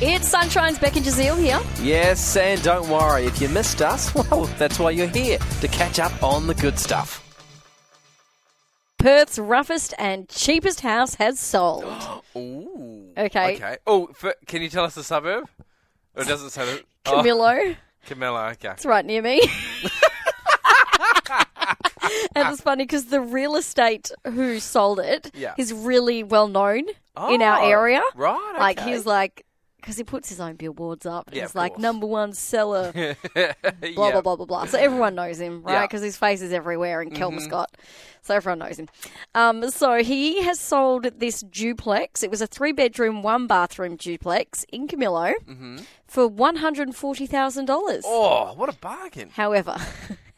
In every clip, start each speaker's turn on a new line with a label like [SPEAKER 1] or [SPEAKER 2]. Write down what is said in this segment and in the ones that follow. [SPEAKER 1] It's Sunshine's Becky Jazeel here.
[SPEAKER 2] Yes, and don't worry, if you missed us, well, that's why you're here, to catch up on the good stuff.
[SPEAKER 1] Perth's roughest and cheapest house has sold.
[SPEAKER 3] Ooh.
[SPEAKER 1] Okay.
[SPEAKER 3] Okay. Oh, f can you tell us the suburb? Or does it say that? Oh,
[SPEAKER 1] Camillo,
[SPEAKER 3] Camilla. Okay.
[SPEAKER 1] it's right near me. and it's funny because the real estate who sold it
[SPEAKER 3] Yeah.
[SPEAKER 1] is really well known in our
[SPEAKER 3] Oh,
[SPEAKER 1] area.
[SPEAKER 3] right,
[SPEAKER 1] Like
[SPEAKER 3] okay.
[SPEAKER 1] he's like, because he puts his own billboards up.
[SPEAKER 3] Yeah,
[SPEAKER 1] he's
[SPEAKER 3] of
[SPEAKER 1] like
[SPEAKER 3] course.
[SPEAKER 1] number one seller. blah
[SPEAKER 3] Yeah.
[SPEAKER 1] blah blah blah blah. So everyone knows him, right?
[SPEAKER 3] Yeah. Mm-hmm.
[SPEAKER 1] Because his face is everywhere in Kelmascott, so everyone knows him. Um, so he has sold this duplex. It was a three-bedroom, one-bathroom duplex in Camillo for one hundred forty thousand dollars.
[SPEAKER 3] Mm-hmm. Oh, what a bargain.
[SPEAKER 1] However.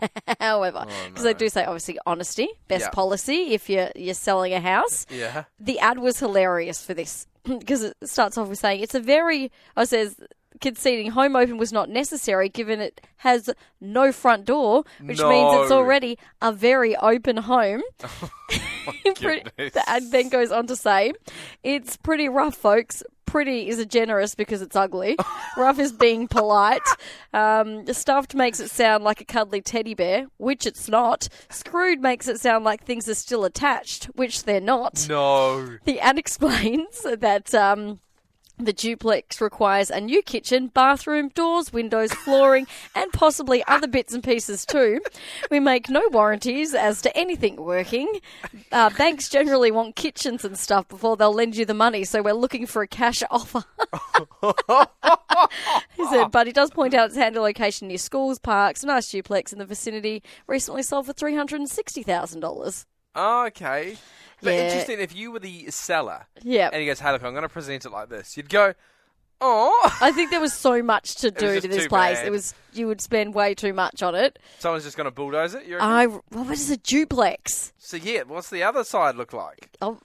[SPEAKER 1] However, because they do say obviously honesty, best
[SPEAKER 3] Oh, Yeah.
[SPEAKER 1] policy if you're you're selling a house.
[SPEAKER 3] Yeah.
[SPEAKER 1] The ad was hilarious for this because it starts off with saying it's a very, I says, conceding home open was not necessary given it has no front door, which means it's
[SPEAKER 3] No.
[SPEAKER 1] already a very open home. Pretty-
[SPEAKER 3] goodness.
[SPEAKER 1] the ad then goes on to say, it's pretty rough, folks. Pretty is a generous because it's ugly. rough is being polite. Um, stuffed makes it sound like a cuddly teddy bear, which it's not. Screwed makes it sound like things are still attached, which they're not.
[SPEAKER 3] No.
[SPEAKER 1] The ad explains that um, the duplex requires a new kitchen, bathroom, doors, windows, flooring, and possibly other bits and pieces too. We make no warranties as to anything working. Uh, banks generally want kitchens and stuff before they'll lend you the money, so we're looking for a cash offer. he said, but he does point out its handy location near schools, parks, a nice duplex in the vicinity. Recently sold for three hundred and sixty thousand dollars.
[SPEAKER 3] Okay. But
[SPEAKER 1] Yeah.
[SPEAKER 3] interesting, if you were the seller
[SPEAKER 1] Yeah.
[SPEAKER 3] and he goes, hey, look, I'm going to present it like this, you'd go, oh.
[SPEAKER 1] I think there was so much to do
[SPEAKER 3] just
[SPEAKER 1] to this
[SPEAKER 3] too
[SPEAKER 1] place.
[SPEAKER 3] bad.
[SPEAKER 1] It was you would spend way too much on it.
[SPEAKER 3] Someone's just going to bulldoze it. You reckon?
[SPEAKER 1] I what was a duplex?
[SPEAKER 3] so, yeah, what's the other side look like?
[SPEAKER 1] Oh,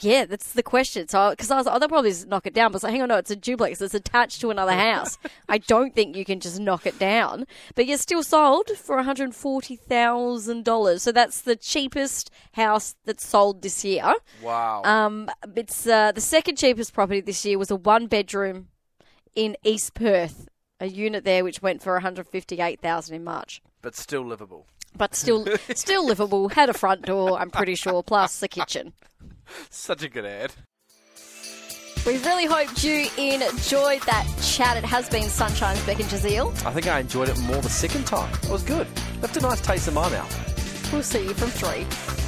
[SPEAKER 1] yeah, that's the question. So because I was like, oh, they'll probably just knock it down. But it's like, hang on, no, it's a duplex. It's attached to another house. I don't think you can just knock it down. But you're still sold for one hundred forty thousand dollars. So that's the cheapest house that's sold this year.
[SPEAKER 3] Wow.
[SPEAKER 1] Um, it's uh, the second cheapest property this year was a one bedroom in East Perth, a unit there which went for one hundred fifty eight thousand in March,
[SPEAKER 3] but still livable.
[SPEAKER 1] but still still livable. Had a front door, I'm pretty sure, plus the kitchen.
[SPEAKER 3] Such a good ad.
[SPEAKER 1] We really hoped you enjoyed that chat. It has been Sunshine's Beck and Jazeel.
[SPEAKER 2] I think I enjoyed it more the second time. It was good. Left a nice taste in my mouth.
[SPEAKER 1] We'll see you from three.